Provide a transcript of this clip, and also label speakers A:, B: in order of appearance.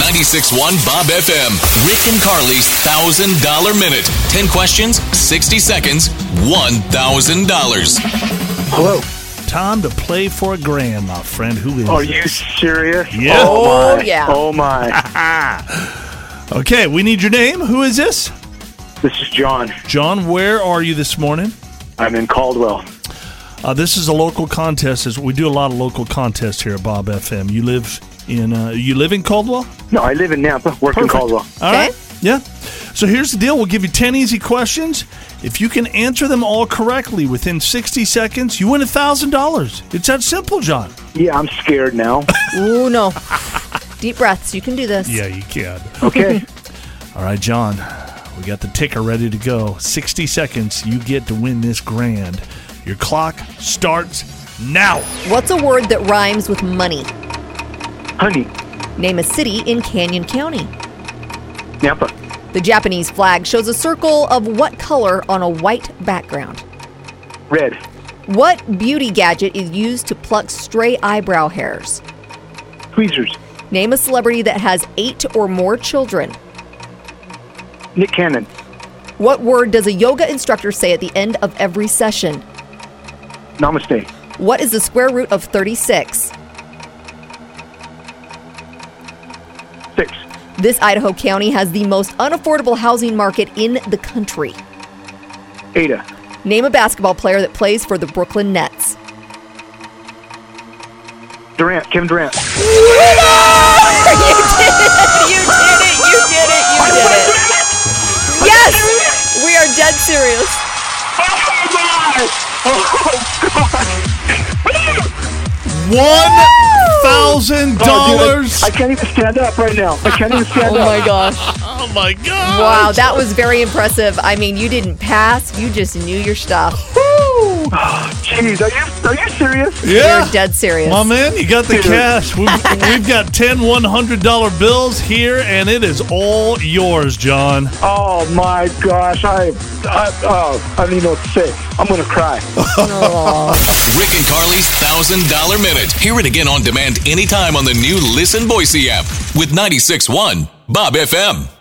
A: 961 Bob FM. Rick and Carly's $1,000 minute. 10 questions, 60 seconds, $1,000.
B: Hello.
C: Time to play for a grand, my friend. Who is
B: Are
C: it?
B: you serious?
C: Yeah.
B: Oh,
D: Oh,
B: my.
D: yeah.
B: Oh, my.
C: Okay, we need your name. Who is this?
B: this is John.
C: John, where are you this morning?
B: I'm in Caldwell.
C: Uh, this is a local contest. Is We do a lot of local contests here at Bob FM. You live in uh, you live in Caldwell.
B: No, I live in Napa, work in Caldwell.
C: All
D: Okay.
C: right. Yeah. So here's the deal. We'll give you 10 easy questions. If you can answer them all correctly within 60 seconds, you win $1,000. It's that simple, John.
B: Yeah, I'm scared now.
D: Ooh, no. Deep breaths. You can do this.
C: you can.
B: Okay.
C: All right, John. We got the ticker ready to go. 60 seconds. You get to win this grand. Your clock starts now.
D: What's a word that rhymes with money?
B: Honey,
D: Name a city in Canyon County.
B: Napa,
D: The Japanese flag shows a circle of what color on a white background?
B: red,
D: What beauty gadget is used to pluck stray eyebrow hairs?
B: tweezers,
D: Name a celebrity that has eight or more children.
B: Nick Cannon,
D: What word does a yoga instructor say at the end of every session?
B: Namaste,
D: What is the square root of 36?
B: six,
D: This Idaho county has the most unaffordable housing market in the country.
B: Ada,
D: Name a basketball player that plays for the Brooklyn Nets.
B: Durant, Kevin Durant.
D: You did it! You did it! You did it! Yes! We are dead serious.
C: $1,000.
B: Oh, dude, I, I can't even stand up right now. I can't even stand up.
D: gosh.
C: oh, my God.
D: Wow, that was very impressive. I mean, you didn't pass, you just knew your stuff.
B: Jeez, are you, are you serious?
C: Yeah.
D: You're dead serious.
C: My man, you got the
B: Dude.
C: cash. We've, we've got 10 $100 bills here, and it is all yours, John.
B: Oh my gosh, I, I, oh, I don't even know what to say. I'm gonna cry.
A: Rick and Carly's $1,000 minute. Hear it again on demand anytime on the new Listen Boise app with 961 Bob FM.